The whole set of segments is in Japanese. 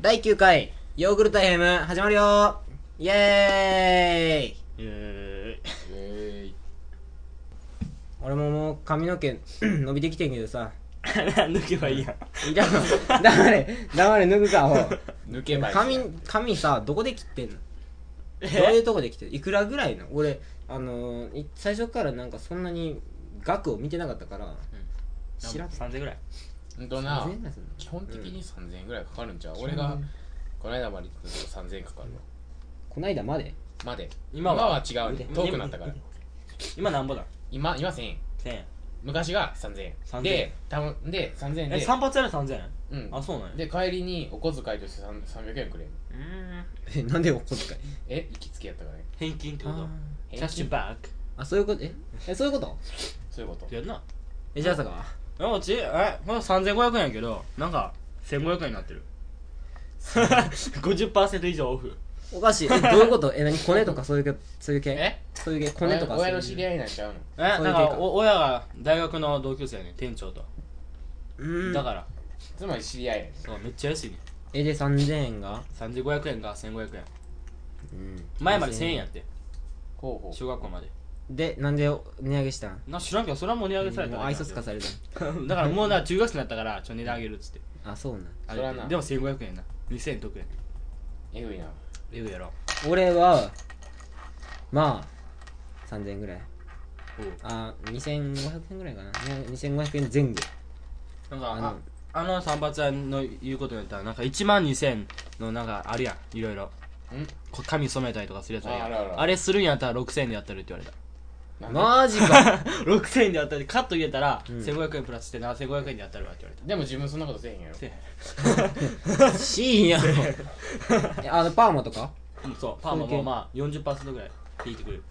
第9回、ヨーグルト FM 始まるよーイェーイえ俺ももう髪の毛 伸びてきてんけどさ。ーい 抜けばいいやんいらんわ黙れ、黙れ、脱ぐか、ほ抜けばいい髪、髪さ、どこで切ってんのどういうとこで切ってるいくらぐらいの俺、あのーい最初からなんかそんなに額を見てなかったから、知らん。 3000ぐらいほんとな3000円なんすよ基本的に3000円ぐらいかかるんちゃう、俺がこの間まで行ったとこ3000円かかるわこないだまでまで今は今は違うね見て遠くなったから今なんぼだ今今1000円1000円昔が3000円3000円でたぶんで3000円えで散髪やる3000円うんあそうなんやで帰りにお小遣いとして3 300円くれんうーんえ、なんでお小遣いえ行きつけやったからね返金ってことキャ返ッシ金ュバックあ、そういうこと、え、えそういうことそういうことやるなえ、じゃあさか。えうちえほら3500円やけどなんか1500円になってる 50%以上オフおかしい。え、どういうこと え、何コネとかそういうけ、そういう系えそういう系、コネとかそういう親の知り合いなんちゃうのえなんそういう系かかお親が大学の同級生やねん店長とうんだからつまり知り合いやねそうめっちゃ安いねんえ、で3000円が3500円か1500円うん前まで1000円やってほうほ小学校までで、なんで値上げしたんな知らんけどそれは盛り上げされたもうだ愛けな想んだつけかどされた だからもうな中学生になったからちょ値段上げるっつってあ、そうなんそらなでも1500円な2000円得円うえぐいなえぐやろ俺は、まあ、3000円ぐらい。おうあ、2500円ぐらいかな。ね2500円前後。なんあのかああの散髪屋の言うことによったらなんか1万2000のなんかあるやんいろいろんこ髪染めたりとかするやつあるやんあるあるあるれするんやったら6000円でやったるって言わ れたなんでマジか6000円でやったるカット入れたらうん1500円プラスして7500円でやったるわって言われたでも自分そんなことせえへんやろせえシーンやろ。えあの、パーマとかうんそうパーマそういうも系まあ40%ぐらい引いてくる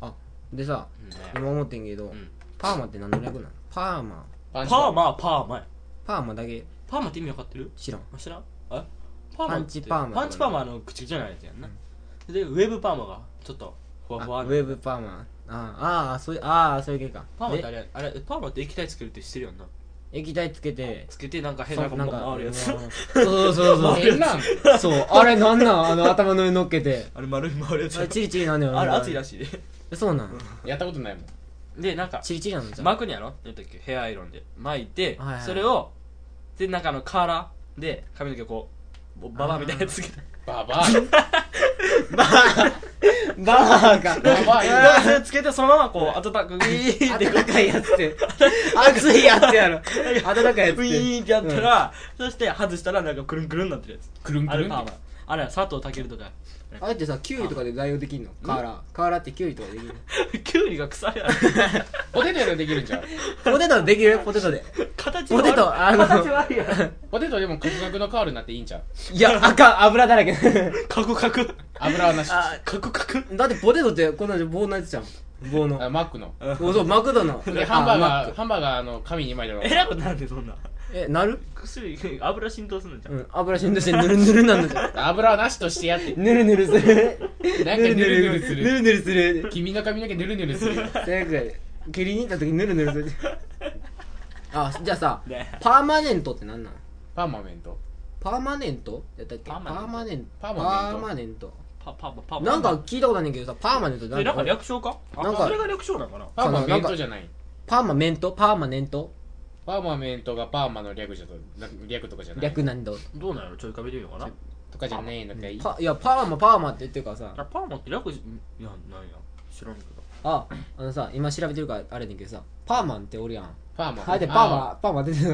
あ、でさ、うんね今思ってんけどうん、パーマって何の略なのパーマ。パパーマはパーマやパーマだけパーマって意味わかってる知らん。あ知らんえパーマってパンチパーマパンチパーマはあの口じゃないやつやんな、でウェーブパーマがちょっとふわあふわウのェーブパーマああーそういうああそういう系かパーマってあでれあれパーマって液体つけるって知ってるやんな液体つけてつけてなんか変そなうなんかあるやつ うんそうそうそう変なんてそうそうあれなんなんあの頭の上に乗っけ てあれ丸い回るやつあれチリチリなんだよあれ熱いらししいでいそうなんやったことないもんでなんかチリチリなの じゃん巻くんやろなんだっけヘアアイロンで巻いて、はいはいそれをでなんかあのカーラーで髪の毛こうぼババアみたいなやつつけてババアバーカババ アいいなそれつけてそのままこう温かくウィ ーンってこ暖かいやつ って熱いやつやろ暖かいやつうウィーンってやったら、そして外したらなんかくるんくるんになってるやつくるんあくるれんパーマあれ佐藤健とかあれってさキュウリとかで代用できんのカーラーカーラーってキュウリとかできんの キュウリが臭いやポテトでもできるんちゃうポテトできるポテトで 形ポテトあの形悪いやんポテトでもカクカクのカールになっていいんちゃういや赤油だらけカクカク油はなしあカクカク だってポテトってこんなんで棒のやつじゃん棒のあマックのそうそう、マクドの。であハンバーマッガーハンバーガーあの紙2枚でもえらくなんでそんなクえ、なる薬油浸透するんじゃん、うん、油しんどしてぬるぬるなんだじゃん。油はなしとしてやってぬるぬるする。なんかぬるぬるすぬるるぬるする。君の髪の毛ぬるぬるする最悪蹴りに行った時にぬるぬるする。あ、じゃあさね、パーマネントってなんなんパーマメントパーマネントやったっけパパーーママネント。パーマネパントーマネント。パパパパなんか聞いたことあんねんけどさ、パーマネントってえなんなかんか略称かなんあかそれが略称なのかなパーマメントじゃないパーマメントパーマネントパーマメントがパーマの略じゃとな略とかじゃない略なんだ。どうなんやろちょいか見てみようかなとかじゃねえのかいパいや、パーマパーマって言ってるからさ、あパーマって略じいやなんや知らんけどあ、あのさ、今調べてるからあれやねんけどさ、パーマンっておるやん。パーマあ、で、パーマ、パーマ出てる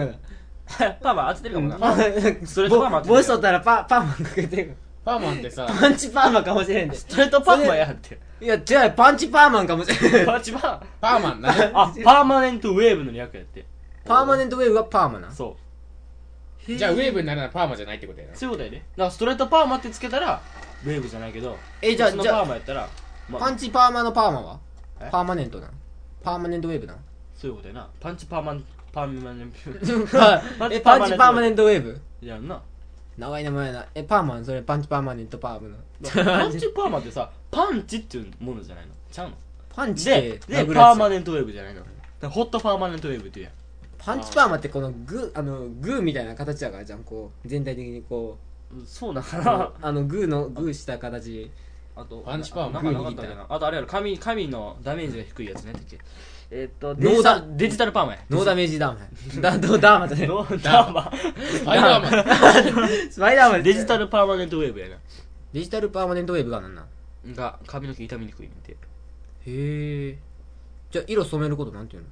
から。 パーマ当ててるかもな、スストレートパーマって言う帽やん子取ったらパパーマかけてるパーマンってさパンチパーマかもしれんでストレートパーマやんっていや違うパンチパーマンかもしれんパチパパーマンなーあパーマネントウェーブの略やってパーマネントウェーブはパーマなそじゃあウェーブになるならパーマじゃないってことやなうそういうことやでだからストレートパーマってつけたらウェーブじゃないけどえじゃあ普通のじゃパーあマやったら、まあ、パンチパーマのパーマはえパーマネントなんパーマネントウェー ブなんそういうことやなパンチパーマンパーマネン トえパンチパーマネントウェーブやんな長い名前やなえパーマンそれパンチパーマネントパーマのパンチパーマってさパンチっていうものじゃないのちゃうのパンチってでで殴るやつパーマネントウェーブじゃないのだからホットパーマネントウェーブって言うやんパンチパーマってこのグーあのグーみたいな形だからじゃんこう全体的にこそうなんか うなあのグーのグーした形あとパンチパーマなんかなかったっけなあとあれやろ髪髪のダメージが低いやつねてっけえっとノデージダタルデジタルパーマや ノーダメージダーマだどうダーマじゃない ノーダーマスパイダーマンスパイダーマンデジタルパーマネントウェーブやなデジタルパーマネントウェーブがなんなんが髪の毛傷みにくいねんてへえじゃあ色染めることなんていうの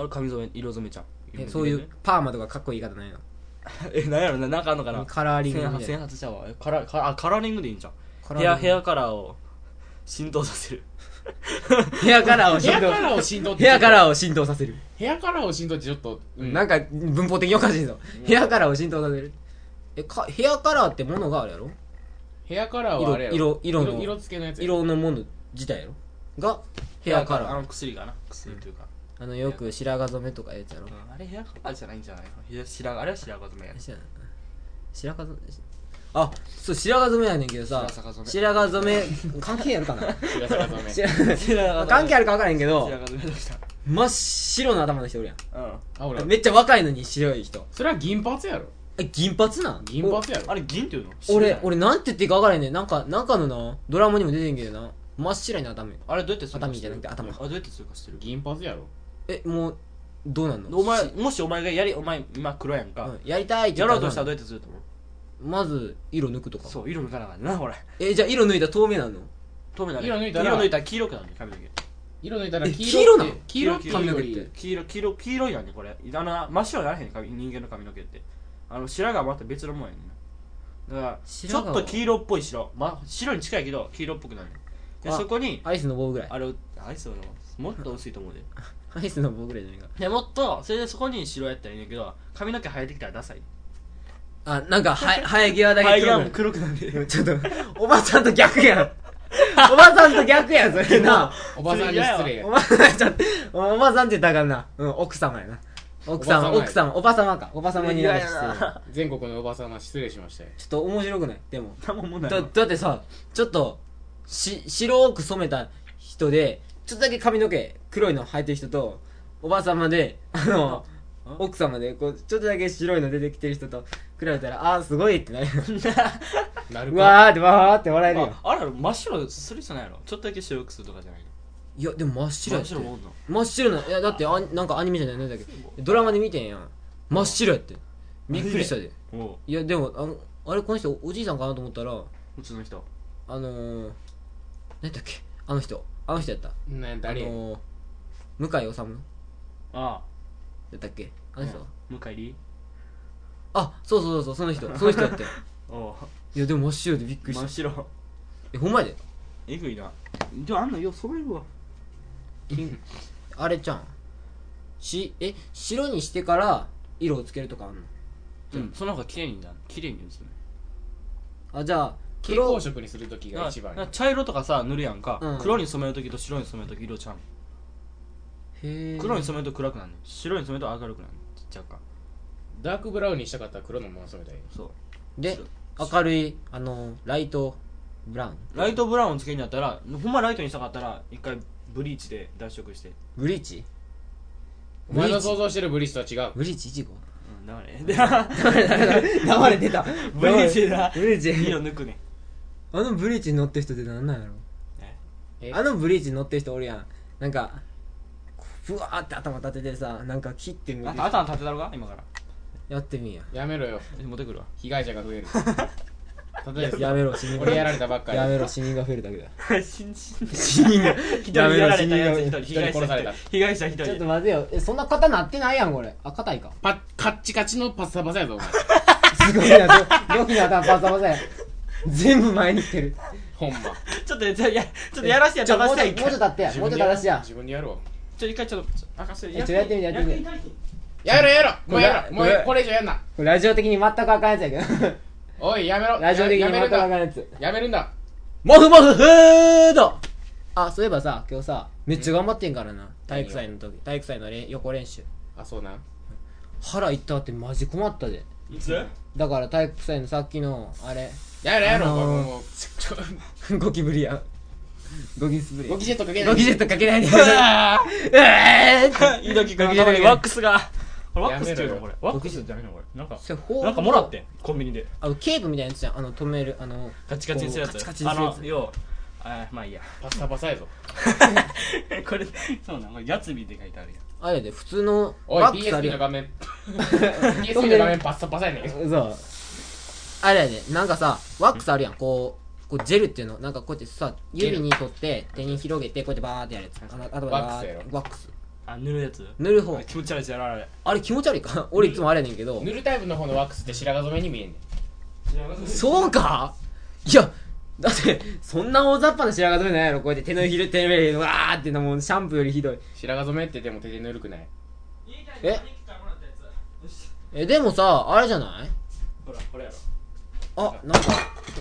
あれ髪染め色染めちゃんえそういうパーマとかかっこいい言い方ないの えなんやろななんかあんのかなカラーリングみ洗たい髪な洗髪ちゃうわえカラカラあカラーリングでいいんじゃんカラーリングヘアヘアカラーを浸透させるヘアカラーをヘ浸アカ透 ラーを浸透ってヘアカーラーを浸透させる、ヘアカラーを浸透ってちょっと、うなんか文法的におかしいぞヘアカラーを浸透させるえかヘアカラーってものがあるやろヘアカラーはあれやろ色色色の色色付けのやつや色のもの自体やろがヘアカラーあの薬がな薬というか、あのよく白髪染めとかいうやつやろうんあれヘアカラーじゃないんじゃないの白髪あれは白髪染めやね知らん白髪染めあそう白髪染めやねんけどさ白髪染め白髪染め 関係あるかな白髪 染め白白関係あるるか分からへんけど白髪染めでした真っ白の頭の人おるやんうんあほらめっちゃ若いのに白い人それは銀髪やろえ銀髪なん銀髪やろあれ銀っていうの俺俺なんて言っていいか分からへんねんなんかなんかのなドラマにも出てんけどな真っ白いな頭あれどうやって通過頭しじてゃなるくて頭あどうやって通過してる銀髪やろえもうどうなんのお前もしお前がやりお前今黒やんか、うんやりたいってや言ったろうとらしたらどうやってすると思うまず色抜くとかそう色抜かなあかんねんな俺えじゃあ色抜いたら透明なの透明な色抜いたら色抜いたら黄色くなるね髪の毛色抜いたらえ黄色っ黄て色なの黄色黄色よ黄色り黄色黄色黄色いやんねこれあの真っ白にならへん髪人間の髪の毛ってあの白がまた別のもんやねんなだからち白ょ髪っはと黄色っぽい白、ま、白に近いけど黄色っぽくなるねんであそこにアイスの棒ぐらいあれをアイスのもっと薄いと思うでアイスの棒ぐらいじゃないかでもっとそれでそこに白やったらいいねんだけど髪の毛生えてきたらダサいあなんか は生え際だ生け黒え際くなもる黒くなるちょっとおばさんと逆やんおばさんと逆やんそれなおばさんに失礼おやばさんちょっとおばさんって言ったらあかんな、うん、奥様やな奥様おば様や奥様おば様かおば様になんかいやい失や礼い全国のおばさんは失礼しましたよちょっと面白くないでも何も問題なだいだってさちょっとし白く染めた人でちょっとだけ髪の毛黒いの生えてる人とおばさまであのあ奥様でこうちょっとだけ白いの出てきてる人と比べたらあーすごいってなる なるうかわーってわーって笑えるよ、ああれやろ真っ白するじゃないやろちょっとだけ白くするとかじゃないのいやでも真っ白や真っって白もおんの真っ白ないやだってあなんかアニメじゃないなんだっけドラマで見てんやん真っ白やってびっくりしたでおういやでもあのあれこの人おおじいさんかなと思ったら普通の人あのー、何だっけあの人あの人やったなあ誰のー、向井治だああったっけあの人、向かいりあそうそうそうそうその 人その人やっていおうやでも真っ白でびっくりし真った白えほんまやでえぐいなじゃああんのよ染めるわあれちゃんしえ白にしてから色をつけるとかあんのうんその方が綺麗になる綺麗に映あじゃあ蛍光黒色にする時るねが一番なな茶色とかさ塗るやんか、うん黒に染める時と白に染める時色ちゃうへえ黒に染めると暗くなるねん白に染めると明るくなるねん若干ダークブラウンにしたかったら黒のまま染めたいそうで明るいあのライトブラウンライトブラウンをつけるんやったらほんまライトにしたかったら一回ブリーチで脱色してブリーチお前の想像してるブリスとは違うブリーチ1号 うんだからねで黙れ出 たブリーチだブリーチ色抜くねんあのブリーチに乗ってる人ってなんなんやろえあのブリーチに乗ってる人おるやんなんかこうふわーって頭立ててさなんか切ってみるああとは立てたろか今からやってみんややめろよえ持ってくるわ被害者が 増える例えばやめろ死人が俺やられたばっかりやめろ死人が増えるだけだ死ん 死ん死 人が一人やられたやつ一人一人殺された被害者一人ちょっと待てよえそんな肩なってないやんこれあ硬いかパッカッチカチのパッサパサやぞお前すごいなぞ良きな頭パサパサや全部前に来てるほんまちょっとややちょっとやらしてやちょ正もしうてやちょい一もうちょい回ち立ってやもうちょい立たしてや自分でやろうょ一回ちょっと明かしてえちょっとやってみてやってみてやめろやめろもうこやれろもこれうこれ以上やんなこれラジオ的に全くあかんやつやけどおいやめろラジオ的にや全めくるあんかんだやつやめるんだモフモフフードあそういえばさ今日さめっちゃ頑張ってんからな体育祭の時体育祭のれん横練習あそうなん腹痛ってマジ困ったでいつだから体 育祭のさっきのあれやめろやめろあのーもうもうちょゴキブリやんゴキスプレーゴキジェットかけないゴキジェットかけないで うわうわーいい時かけてるワックスがこれワックスっていうのやめころれワックスじゃないのこれなんかそれほうなんかもらってんコンビニであのケープみたいなやつじゃんあの止めるあのカチカチにするやつこうカチカチにするやつあの要あーまあいいやパスタパサやぞ これそうなのやつびって書いてあるやんあれやで普通のおいワックスあるや PSP のん画面 PSP の画面パスタパサやねんそうあれやでなんかさワックスあるやんこうこうジェルっていうのなんかこうやってさ指に取って手に広げてこうやってバーってやるやつあのあとはワックスやろワックスあ塗るやつ塗る方あ気持ち悪いやつやろあれあれ気持ち悪いか 俺いつもあれやねんけど塗るタイプの方のワックスって白髪染めに見えんねんそうかいやだってそんな大雑把な白髪染めないやろこうやって手のひら手のひらわーってのもうシャンプーよりひどい白髪染めってでも手でぬるくないええでもさあれじゃないほらこれやろあなんか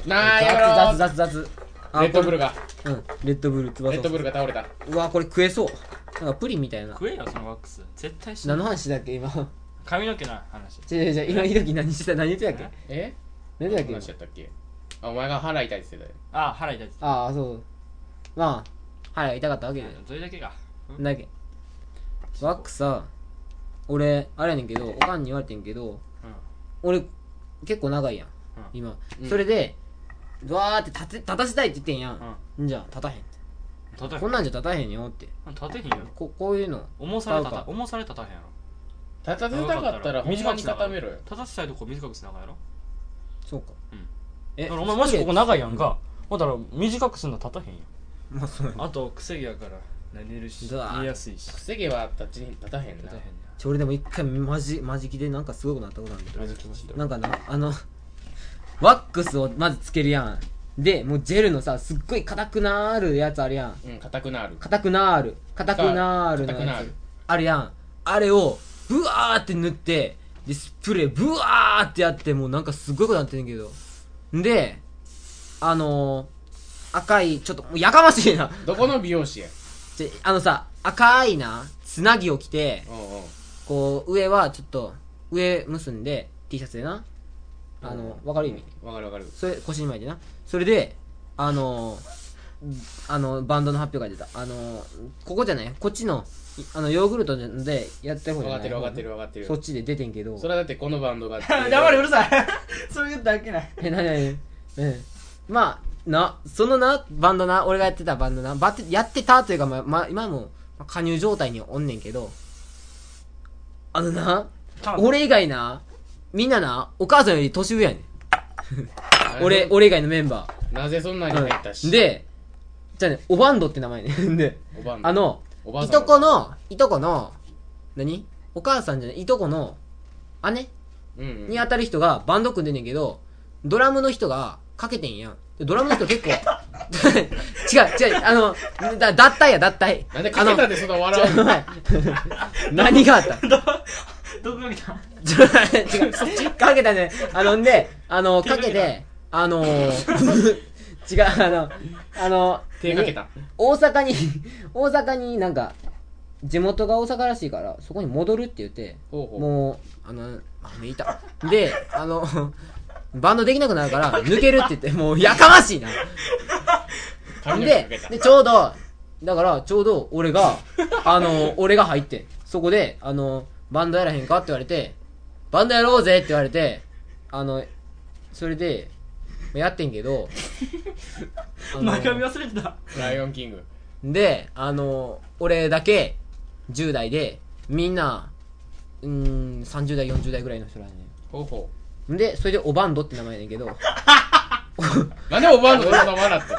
なあやめ雑ろ雑雑雑あレッドブルががうんレッドブル翼レッドブルが倒れたうわこれ食えそうなんかプリンみたいな食えよそのワックス絶対しな何いの話だっけ今髪の毛な話違う違う違う今いい時何してた何言ってたっけえ何言って何たっ話けやったっけあお前が腹痛いって言ってあ腹痛いやつああそうまあ腹が痛かったわけでそれだけかなんだっけワックさ俺あれやねんけどおかんに言われてんけどうん俺結構長いやん今うんそれでわーって立て立たせたいって言ってんやん、じゃあ立たへんって立てこんなんじゃ立たへんよってん立てへんやろここういうの重さで立使うたか重さで立たへんやろた立たせたかったらほんまに固めろよ立たせたいとこ短くすなあかんやろそうか、うんえだからお前もしここ長いやんかほんだら短くすんな立たへんやんまあそうやなあとくせ毛やから寝るしうわ寝やすいしくせ毛は立ちに立たへん立なたへんやちょ俺でも一回マジマジキでなんかすごくなったことあるんだけどなんかなあのワックスをまずつけるやんでもうジェルのさすっごい硬くなるやつあるやんうん硬くなる硬くなる硬くなるの硬くなやつるあるやんあれをブワーって塗ってでスプレーブワーってやってもうなんかすごいことなってんけどんであのー、赤いちょっともうやかましいなどこの美容師やちょあのさ赤いなつなぎを着ておうおうこう上はちょっと上結んで T シャツでなあのわかる意味わかるわかるそれ腰に巻いてなそれであのーあのバンドの発表会出たあのーここじゃないこっちのいあのヨーグルトでやってる方じ分かゃなっいてる分かってる分かってるそっちで出てんけどそれはだってこのバン ドが 黙れうるさい そういうだけないえなになにうんまあなそのなバンドな俺がやってたバンドなバッテやってたというか、まあまあ、今もまあ加入状態におんねんけどあのな俺以外なみんななお母さんより年上やねんあれ俺俺以外のメンバーなぜそんなにうん入ったしで、じゃあね、おバンドって名前ね。 で、おばんあの、おばあいさんだとこの、いとこの、何お母さんじゃない、いとこの姉うんうんに当たる人がバンド組んでんねんけど、ドラムの人がかけてんやん。でドラムの人 結構、違う違う、あの、だ脱退や脱退。なんでかけたでそんなあの笑うちょお前何があったどこが来たちょ違う、そっちかけたね。あの、んで、あの、かけて、あのー、 違う、あの、あの、 手かけた大阪に大阪になんか地元が大阪らしいからそこに戻るって言ってほうほうもうあのあ目いたであのバンドできなくなるから抜けるって言ってもうやかましいな髪の毛かけでたでちょうどだからちょうど俺があの俺が入ってそこであのバンドやらへんかって言われてバンドやろうぜって言われてあのそれでやってんけどあの前髪忘れてたライオンキングで、あの、俺だけ10代で、みんな、うーん、30代、40代ぐらいの人らやねほうほん。で、それでおバンドって名前やねんけど、うなんでおばんのそんな 笑って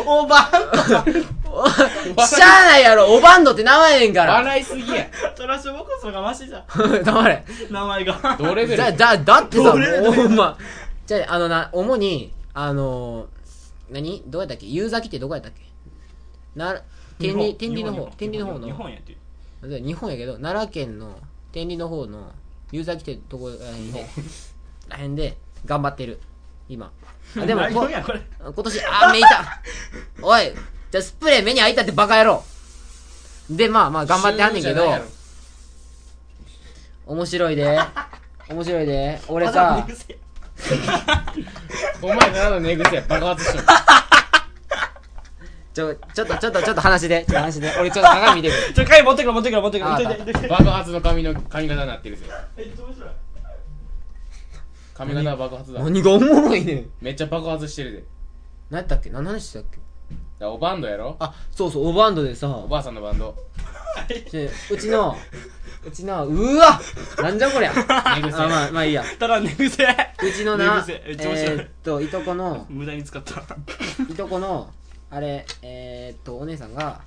おばんしゃあないやろ、おバンドって名前やねんから。笑いすぎやトラッシュボコそがマシじゃん 黙れ。名前がどレベルだ、だ、だってさ、どれもうほんま。じゃあ、あのな、主に、あの、何どうやったっけ夕崎ってどこやったっけな、天理、天理の方、天理の方の。日本やってで日本やけど奈良県の天理の方の竜崎ってとこらへ んでらへんで頑張ってる今あでもライオこンやこれ今年あ目いたおいじゃあスプレー目に開いたってバカ野郎でまあまあ頑張ってはんねんけど面白いで面白いで俺さお前ただの寝癖や爆発しとるちょ、ちょっと、ちょっと、ちょっと話で、ちょっと話で。俺ちょっと鏡見てくる。ちょ、回持ってくる持ってくる持ってくる。あ痛い痛い痛い爆発の髪の髪型になってるんですよえっと面白い。髪型は爆発だ何がおもろいねん。めっちゃ爆発してるでだか何やったっけ何の話してたっけらおバンドやろあ、そうそう、おバンドでさ、おばあさんのバンドでうちの、うちの、うわなんじゃこりゃ。寝癖あ、まあ、まあいいや。ただ寝癖。うちのな、寝癖えめっちゃ面白いーっと、いとこの、無駄に使った。いとこの、あれ、えーっと、お姉さんが、ま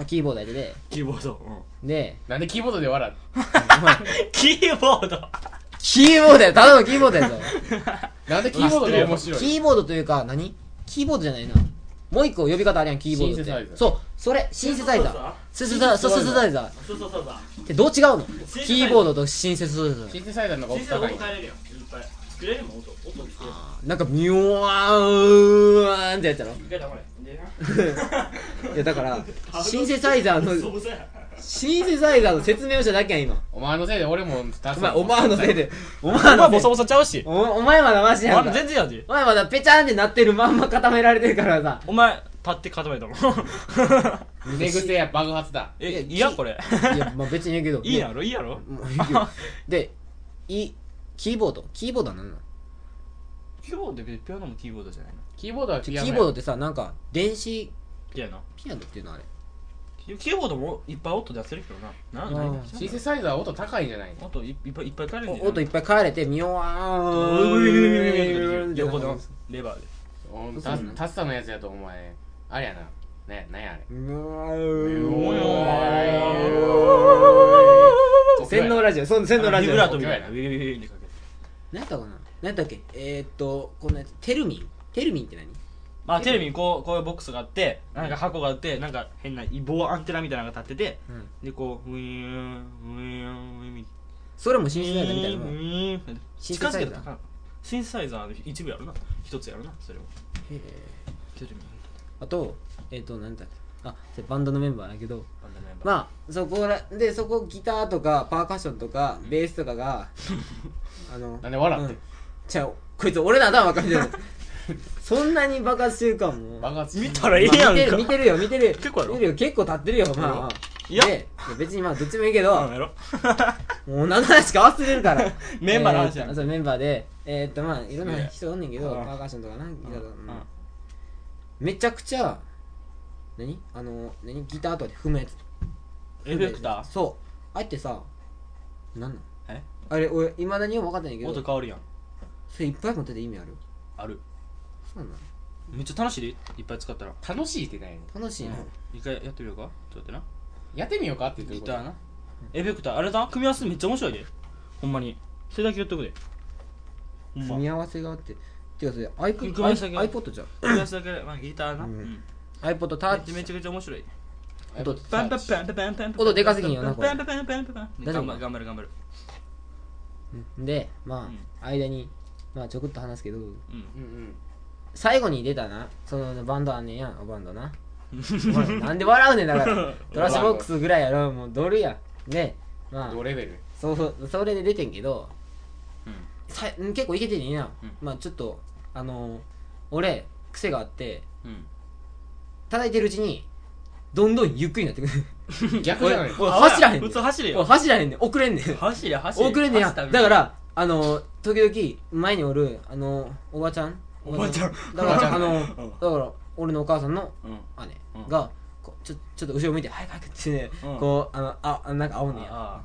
あ、キーボードやってて、 キーボード。うんで、なんでキーボードで笑お前キーボード。キーボードや、ただのキーボードやぞ。うなんでキーボードが面キ白いーボードというか、何キーボードじゃないな。もう一個呼び方あるやん、キーボードっシンセサイてザ。ーそう、それ、シンセサイザー。シンセサイザー、そう、シンセサイザー。そうそうそうそう。ってどう違うのセサイザーキーボードとシンセサイザー。シンセサイザーの方が実際音高音い変えれるよ。いっぱい。作れるもん音。音作れる。なんか、ミュワーンってやったろ。一回黙れ。でいや、だ から、シンセサイザーの、シンセサイザーの説明をしただけやん、今。お前のせいで俺も立つお前、お前のせいで、おお前前のせボいソボソちゃうし。おお前まだマシおやん前か。全然やで。お前まだペチャーンってなってるまんま固められてるからさ。お前、立って固めたもん。寝癖や爆発だえ、いやいやこれ。いや、まあ別に言うけど。いいやろいいやろもういい よで、い、キーボード。キーボードは何なのキーボードってピアノもキーボードじゃないのキーボードはキピアノーやボードってさ、なんか、電子ピアノ。ピアノっていうのあれ。キーボードもいっぱい音出せるけどな。な、うんなシンセサイザーは音高いんじゃないの音いっぱいいっぱい足りるんだお音いっぱい変えれて、みよわーん。横のレバーで。おそうたなのタツタのやつやとお前あれやななんやなんやあれ洗脳ラジオ、そん洗脳ラビジオ。ブラート何みたいな。ビビビビビってかけて。やったかな何やったっけえーっと、このやつ、テルミンテルミンって何まあテレビにこうこういうボックスがあってなんか箱があってなんか変な棒アンテナみたいなのが立っててうんでこうウィーンウィーンウィーンそれもシウンセサイザーみたいなもィん。ーンウィーンシンセ近サづイけザーたら高いシンセサイザーの一部やろな一つやろなそれをへーテレビあと、えーっと、何だっけあ、それバンドのメンバーだけど、バンドのメンバーまあそこらでそこギターとかパーカッションとかベースとかがあのなんで笑ってうんじゃあこいつ俺の頭かみてる そんなに爆発してるかも爆発見たらええまあ見てやんるか見てるよ見てるよ結構やろ見てるよ結構立ってるよまあまあいやでいや別にまあどっちもいいけあどやろもう何の話か忘れるから メンバーの話えやーんとそうメンバーでえーっとまあいろんな人おんねんけどうんパーカッションとかなギターとかうんうんめちゃくちゃ何あの何ギターとかで踏むやつエフェクタそうあえてさなんなんえあれ俺いまだによく分かってないけー音ど変わるやんそれいっぱい持ってて意味あるあるそうなのめっちゃ楽しいでいっぱい使ったら楽しいってないの楽しいな、一回やってみようかちょっと待ってなやってみようかって言ってギるターなエフェクターあれだ組み合わせめっちゃ面白いでほんまにそれだけ言っとくでほんま組み合わせがあっててかそれ組 iPod, み合わせが iPod じゃん組み合わせだけまあギターなううんん iPod タッめっちチゃめちゃくちゃ面白い音パンパンパンパンパンパン音でかすぎんよなこれパンパンパンパンパンパン大丈夫頑張る頑張る頑張るでまあ、うん間にまあちょこっと話すけどうんうんうん最後に出たなそのバンドあんねんやんおバンドなほら なんで笑うねんだからトラッシュボックスぐらいやろもうドルやでまあどレベルそうそうそれで出てんけどうんさいうん結構いけてんねんや、うんまあちょっとあのー俺癖があってうん叩いてるうちにどんどんゆっくりになってくる逆じ ゃないおい走らへんね普ん通走れおいよ走らへんねん遅れんねん走れ走れ遅れんねんや走だったか、らあのー時々前におるあのーおばちゃんおばちゃんだからあおばちゃんのーうんだから俺のお母さんのうん姉うんがこうちょちょっと後ろ向いて早く早くってね、うんこうあのああなんか青ねんやあ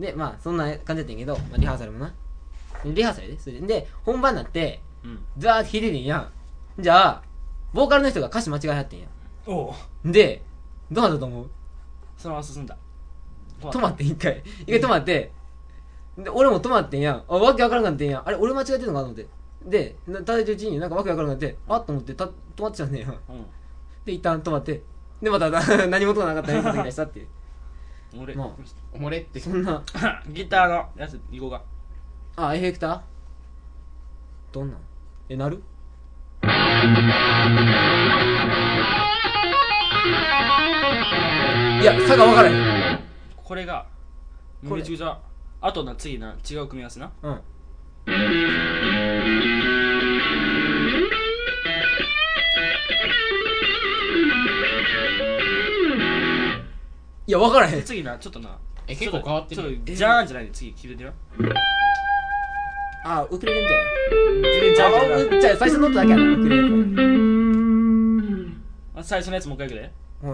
でまあそんな感じやったんやけど、まあ、リハーサルもなリハーサルやでそれでで本番になってーうんザーって弾いててんやん。じゃあ、ボーカルの人が歌詞間違えはってんや。おうんで、どうなったと思うそのまま進んだ止まって一回。一回止まって。で、俺も止まってんやん。あ、わけわからんかってんやん。あれ、俺間違えてんのかなと思って。で、な叩いてるうちになんかわけわからんかって、あっと思ってた止まっちゃうねんやん。うんで、一旦止まって。で、また 何もとなかったら叩き出したっていう。俺まおもれってそんな、 ギターのやつ行こうかあ、エフェクターどんなんえ、鳴るいや、差がわからへん。これがこれめちゃくちゃあとな次な違う組み合わせなうん。いや、わからへでん。次なちょっとなえ結構変わってちょるっとじゃーんじゃないで次聞いててよあ、ウクレレみたいな。全然じゃーんじゃないじゃあ最初の音だけやな、ウクレレ。あ最初のやつもう一回いくでは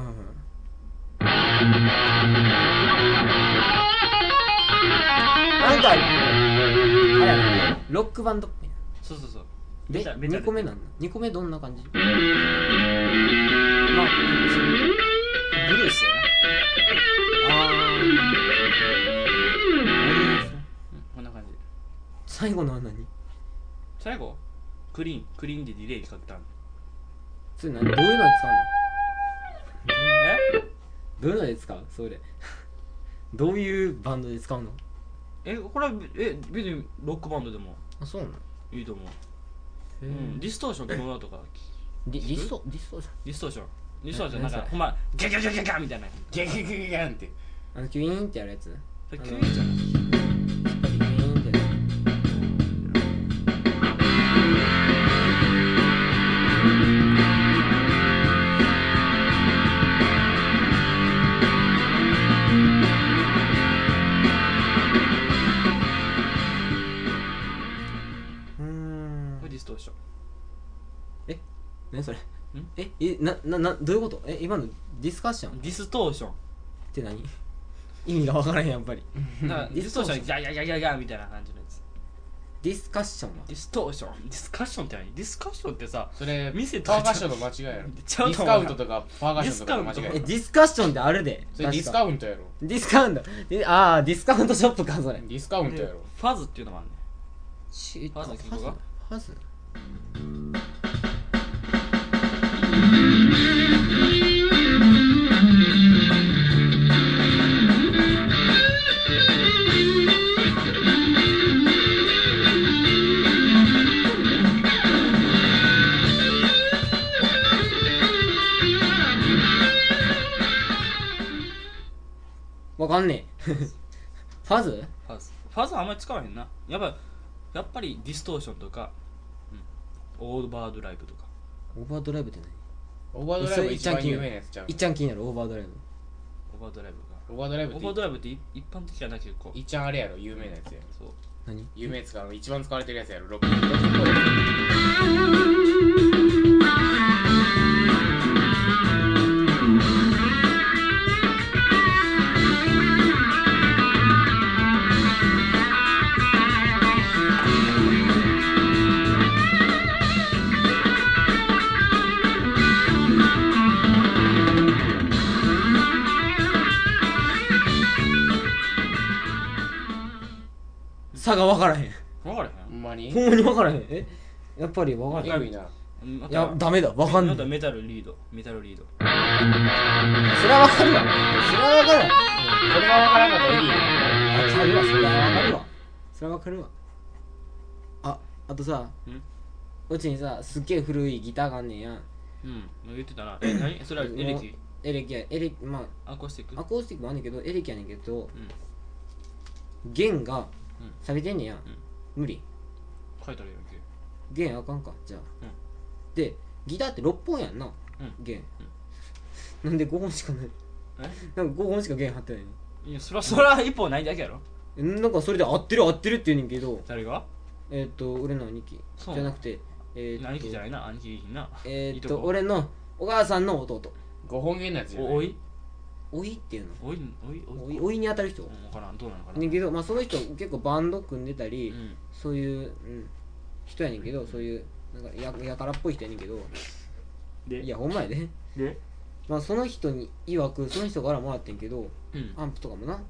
いはいはいなんか、あれやなロックバンドっぽいな。そうそうそうで、ベタベタで2個目なんだ。2個目どんな感じまあ、ブルースやなあーうんこんな感じ最後のは何最後クリーンクリーンでディレイ使ったんそれ何どういうので使うのえどういうので使うそれ。 どういうバンドで使うのえこれはえ別にロックバンドでもあ、そうなのいいと思う、へうーん、ディストーション友だとかディディスト、ディストじディストーションディストーションなんか何それほんまギャギャギャギャギャみたいなギャギャギャギャギャンってゃん。あの、キュイーンってやるやつ。それ急にじゃん引っ張ってキュイーンってやるやつ。うーんこれディストーション何それええなななどういうことえ今のディスカッションっディストーショて何意味が分からへんやっぱりンだからディストーショデンィギャギャギャギャギャみたいな感じのやつディスカッションはディストーションディスカッションって何ディスカッションってさそれ店とパーカッションの間違いやろデちゃうィと思スうカなウントとかパーカッションとかの間違いやえろディスカッションってあるでそれディス確カかウントやろディスカウントディああディスカウントショップかそれディスカウントでやフろァズっていうのもあるねしファズ聞こうかファズわかんねえ ファズファズファズはあんまり使わへんなやっぱやっぱりディストーションとか、うん、オーバードライブとかオーバードライブって何オーバードライブ一番有名なやつちゃういっちゃん気になるオーバードライブオーバードライブかオーバードライブオっーバーてドライブってい一般的やな結構いっちゃんあれやろ有名なやつやろそう何有名っつうかあの一番使われてるやつやろロックロック差が分からへん分からほんまにほんまに分からへんえやっぱり分からへんエグいなへんいやダメだ分かんないあとメタルリードメタルリードそれは分かるわそれは分かるわこれがわからんかったらいいよあちゃうわそれは分かるわそれは分かるわああとさんうちにさすっげえ古いギターがあんねんやんうん言ってたなえ何それはエレキエレキやエレキまアコースティッあアクコースティックもあんねんけどエレキやねんけど、弦がうん錆びてんねんやん、無理書いてあるやんけ弦あかんかじゃあ、うんでギターって6本やんな、うん弦、なんで5本しかないえなんか5本しか弦張ってないのいやそら そら一本ないだけやろえなんかそれで合ってる合ってるって言うねんけど誰がえーっ、と俺の兄貴そうじゃなくてえーっ、と兄貴じゃないな兄貴いいなえーっ、いととこ俺のお母さんの弟5本弦のやつじゃないおおいおいっていうのおいおいおおいいおいに当たる人、分からんどうなのかなねんけど、まあ、その人結構バンド組んでたり、うんそういう、うん、人やねんけどそういうなんかややからっぽい人やねんけどでいやほんまやで、でまあ、その人に曰くその人からもらってんけどうんアンプとかもなうん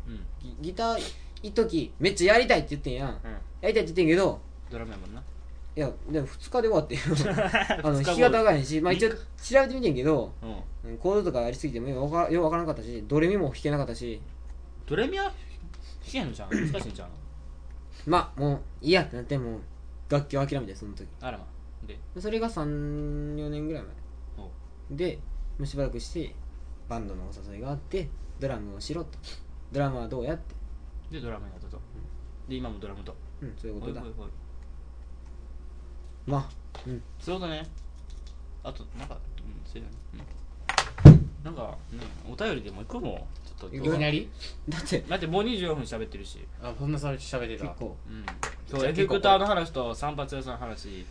ギギター一時めっちゃやりたいって言ってんやんうんやりたいって言ってんけどドラムや もんないやでも2日で終わってんよあの 二日後弾き方がへんし、まあ、一応三調べてみてんけどうんうんコードとかやりすぎてもようわからようわからなかったしドレミも弾けなかったしドレミは弾けへんのじゃん難しいんじゃんまあもういいやってなってもう楽器を諦めてその時あらまでそれが34年ぐらいおう前でもうしばらくしてバンドのお誘いがあってドラムをしろとドラムはどうやってでドラムになったとで今もドラムとうんそういうこおいおといだおいまあそうだねあとなんかうんそうだねなんかねお便りでも行くもんちょっといき今日なはりだって、だってもう24分喋ってるしあこんなそれ喋って結た構。うんじゃそうあエフェクター結構の話と散髪屋さんの話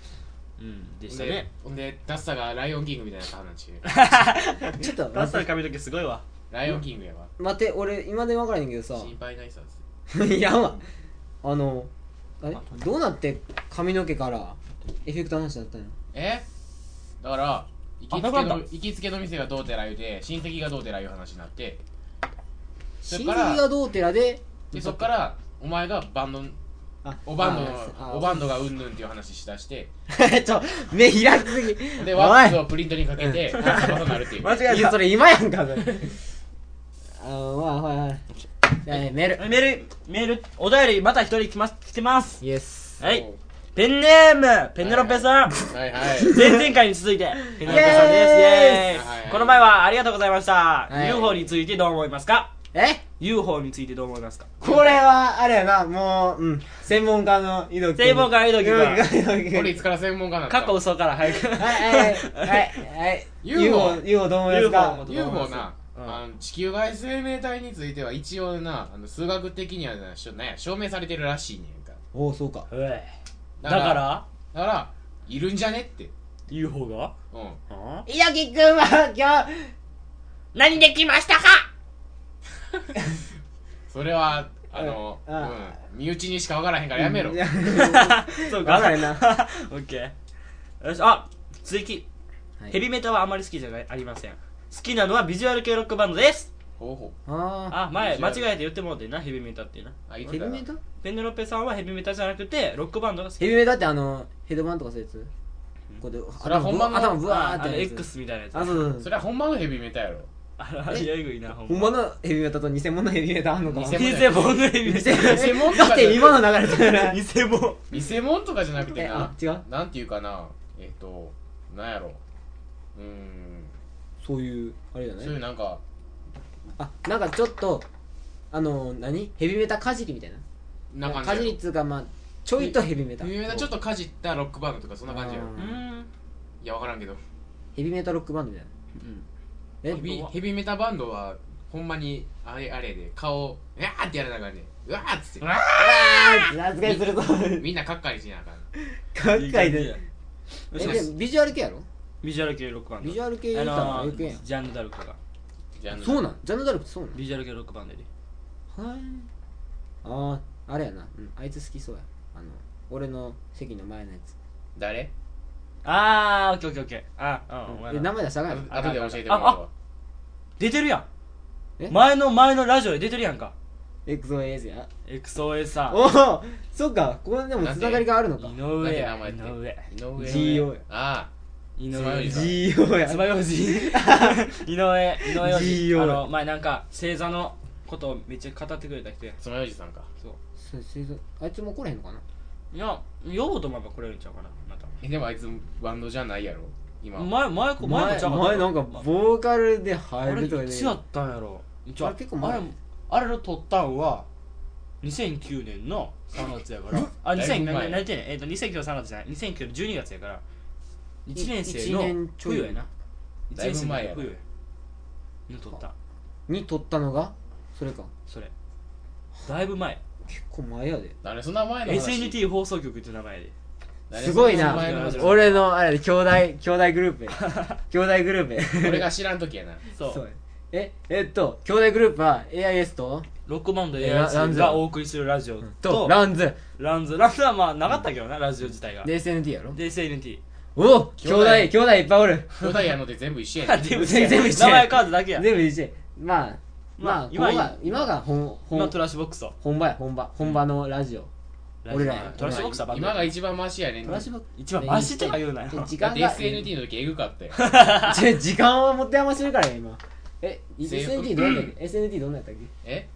うんでしたねほんでダッサがライオンキングみたいな話ちょっとダッ待サっのて、髪の毛すごいわライオンキングやわ待って、俺、今でわからへんけどさ、心配ないさですい やわ。あの、あれあとねどうなって髪の毛からエフェクトの話になったんやえだから行きつあなけくなのった行きつけの店がどうてら言うて親戚がどうてらいう話になってそっ親から戚がどうてらで、でそっからお前がバンドあおバンドあのおバンドがうんぬんっていう話しだして ちょ、目開きすぎ。でおいワックスをプリントにかけてこんなことになるっていう間違いえや、そたれ今やんか、それ。 あの、まあ、はいはい。じゃあね、メール。メールメールお便りまた一人来ます来てますイエス。はいペンネームペネロペさんはいはい前々回に続いて、ペナルティさんです。イイエーイエはいはーいイこの前はありがとうございました。はい UFO についてどう思いますかえ ?UFO についてどう思いますかこれは、あれやな、もう、うん。専門家の井戸君。専門家の井戸君井戸君。井戸君 これいつから専門家になった過去嘘から早く。はい、はい、はい、はい。 UFO UFO どう思いますか UFO と UFO な、うんあの地球外生命体については一応なあの数学的にはなしょね証明されてるらしいねんかおお、そうか。おいだだかからら、だからいるんじゃねって UFO がうん井戸木くんは今何できましたかそれはあの、ううんん身内にしか分からへんからやめろ、日。や そうわか。かる なオッケー。よし、あ、続き。はいヘビメタはあまり好きじゃないありません。好きなのはビジュアル系ロックバンドです。ほうほうああ、前ビジュ間違アルえて言ってもうてんな、ヘビメタってな。あー。言っヘてビたなメタペネロペさんはヘビメタじゃなくて、ロックバンドが好き。ヘビメタってあの、ヘッドバンとかそういうやつこうで、それは本番の頭ぶわあーあっのてやつ。 X みたいなやつ。あ、そうそうそ。そうれは本場のヘビメタやろあら、いやえぐいな、ほんほんまのヘビメタと偽物のヘビメタあんのか偽偽物の意味偽で偽物とかじゃだって今の流れじゃない。偽物 偽物とかじゃなくてえあな違うなんていうかなえっ、となんやろうーんそういう、あれじゃなそういういなんかあ、なんかちょっと、あの、何ヘビメタかじりみたいな。な感じかじりっつうか、まあ、ちょいとヘビメタ。ヘビメタちょっとかじったロックバンドとかそんな感じやろあーうんいや分からんけどヘビメタロックバンドみたいな。ヘビ怖っヘビメタバンドはほんまにあれあれで顔うわーってやらなあかんねうわーっつっうわてえ扱いするぞ。みみんなカッカリしなあかんかっかいで。よ え、しよでしもビジュアル系やろビジュアル系ロックバンドビジュアル系言あうたらの余計やージャンヌ・ダルクがじゃあん。そうなんジャンヌ・ダルクってそうなんビジュアル系ロックバンドやではい。ああ、あれやな。うん、あいつ好きそうや。あの、俺の席の前のやつ。誰あーオッケーオッケーオッケーああお前え、ら名前出したらあかんや後で教えてもらうわ出てるやえん前の前のラジオで出てるやんかろ。XOAS や。 XOS さおおそっか、ここでもつながりがあるのか井。なん上てや名前って井上井上 GO やあ井つまよう上じさんジーオや。つまよ うじ井上井上じいよよあの前なんか星座のことをめっちゃ語ってくれた人やあつまようじさんかそうそうそうそうあいつも来れへんのかないや呼ぼうと思えば来れるんちゃうかなまたえでもあいつバンドじゃないやろ今前前こ前もちゃうかった前なんかボーカルであ入れるいとかつやったんやろじあれ結構前あれあれの撮ったんは2009年の3月やからあだいぶ2009前年何てんねんえっと2009年3月じゃない2009年12月やから1年生一年のちょい冬やな1だい年生ぶの前やな冬やの撮ったに撮ったのがそれかそれだいぶ前結構前やで誰そんな前の話 SNT 放送局っていう名前ですすごいな前の話俺のあれ兄弟兄弟グループや兄弟グループや俺が知らん時やなそそううやええっと兄弟グループは AIS とロックバンドえララン AI ズがお送りするラジオととランズランズランズはまあなかったけどなラジオ自体がで SNT やろで SNT おお兄弟兄兄弟いっぱいおる兄弟やので全部一緒やね全部全部一緒や名前カードだけや全部一緒やまあまあまあ今今が今が本今本トラッシュボックスを本場や本場本場のラジオ俺らや トラッシュボックスはバンド今が一番マシやねんトラッシュバック一番マシとか言うなよえ時だっ間てが SNT の時エグかったよ 違う時間を持て余してるからよ今えい制服 SNT どんなんやったっけ SNT どんなんやったっけえ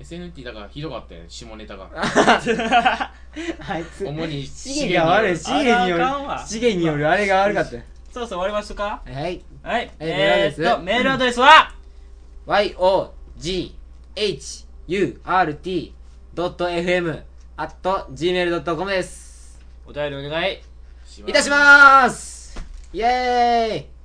SNT だからひどかったよね下ネタが あいつ主に資源が悪い資源によるあかんわ資源によるあれが悪かったよそろそろ終わりましたかはいはいええーーっとメールアドレスは yogurt.fm at gmail.com ですお便りお願いいたしますイエーイ